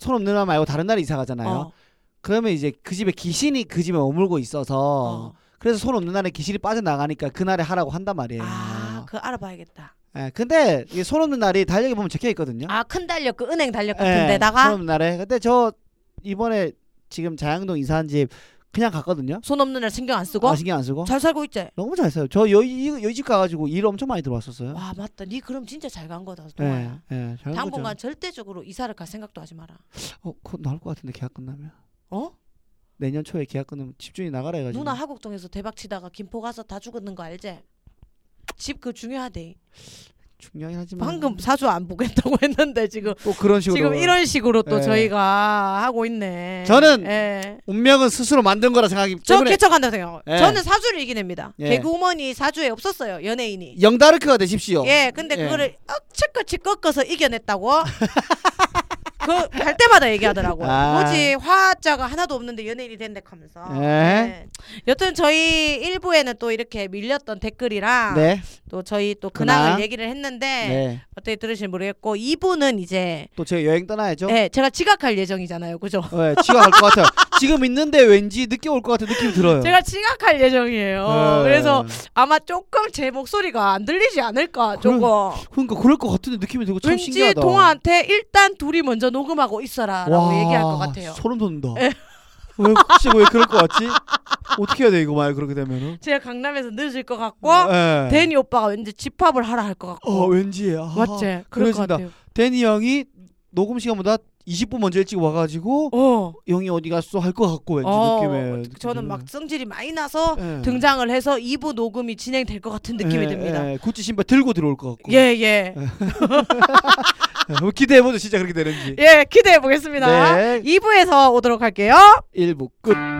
손 없는 날 말고 다른 날에 이사 가잖아요.
어,
그러면 이제 그 집에 귀신이 그 집에 머물고 있어서
어.
그래서 손 없는 날에 귀신이 빠져나가니까 그 날에 하라고 한단 말이에요.
아 그거 알아봐야겠다
예, 근데 이게 손 없는 날이 달력에 보면 적혀 있거든요.
아 큰 달력 그 은행 달력
예,
같은
손
데다가
없는 날에 근데 저 이번에 지금 자양동 이사한 집 그냥 갔거든요.
손 없는 날 신경 안 쓰고
아, 신경 예? 안 쓰고
잘 살고 있지
너무 잘 써요. 저 여기 여집 가가지고 일 엄청 많이 들어왔었어요.
와 맞다 니 그럼 진짜 잘 간 거다
예,
동아야
예, 잘
당분간 절대적으로 이사를 갈 생각도 하지 마라.
거죠. 어, 그건 나올 것 같은데 계약 끝나면
어?
내년 초에 계약 끝나면 집주인이 나가라 해가지고.
누나 하곡동에서 대박 치다가 김포 가서 다 죽었는 거 알지? 집 그 중요하대.
중요하긴 하지만
방금 사주 안 보겠다고 했는데 지금
또 그런 식으로
지금 이런 식으로 또
예.
저희가 하고 있네.
저는
예.
운명은 스스로 만든 거라 생각하기
저
때문에
개척한다 생각.
예.
저는 사주를 이기냅니다.
예.
개그우먼이 사주에 없었어요 연예인이.
영다르크가 되십시오.
예, 근데
예.
그거를 억척같이 꺾어서 이겨냈다고. 그 할 때마다 얘기하더라고요.
아.
뭐지 화자가 하나도 없는데 연예인이 된다 하면서.
예.
네. 여튼 저희 1부에는 또 이렇게 밀렸던 댓글이랑
네,
또 저희 또 근황을
근황.
얘기를 했는데
네.
어떻게 들으실지 모르겠고 2부는 이제
또 제가 여행 떠나야죠.
네, 제가 지각할 예정이잖아요. 그죠?
예, 지가 갈것 같아요. 지금 있는데 왠지 늦게 올 것 같은 느낌이 들어요.
제가 지각할 예정이에요.
예.
그래서 아마 조금 제 목소리가 안 들리지 않을까
그럼
조금.
그러니까 그럴 것 같은데 느낌이 들고 참
왠지
신기하다.
동아한테 일단 둘이 먼저 녹음하고 있어라라고
와,
얘기할 것 같아요. 네.
소름 돋는다. 왜 혹시 왜 그럴 것 같지? 어떻게 해야 돼 이거 만약 그렇게 되면은?
제가 강남에서 늦을 것 같고
예.
어? 데니 오빠가 왠지 집합을 하라 할 것 같고
어 왠지 아,
맞지? 그럴 것
그래진다.
같아요.
데니 형이 녹음 시간보다 20분 먼저 일찍 와가지고
어.
형이 어디 갔어 할 것 같고 왠지
어,
느낌에
저는 막 성질이 많이 나서
예.
등장을 해서 2부 녹음이 진행될 것 같은 느낌이
예,
듭니다.
예, 구찌 신발 들고 들어올 것 같고 예, 뭐
예, 예.
기대해 보죠 진짜 그렇게 되는지
예, 기대해 보겠습니다.
예. 네.
2부에서 오도록 할게요.
일부 끝.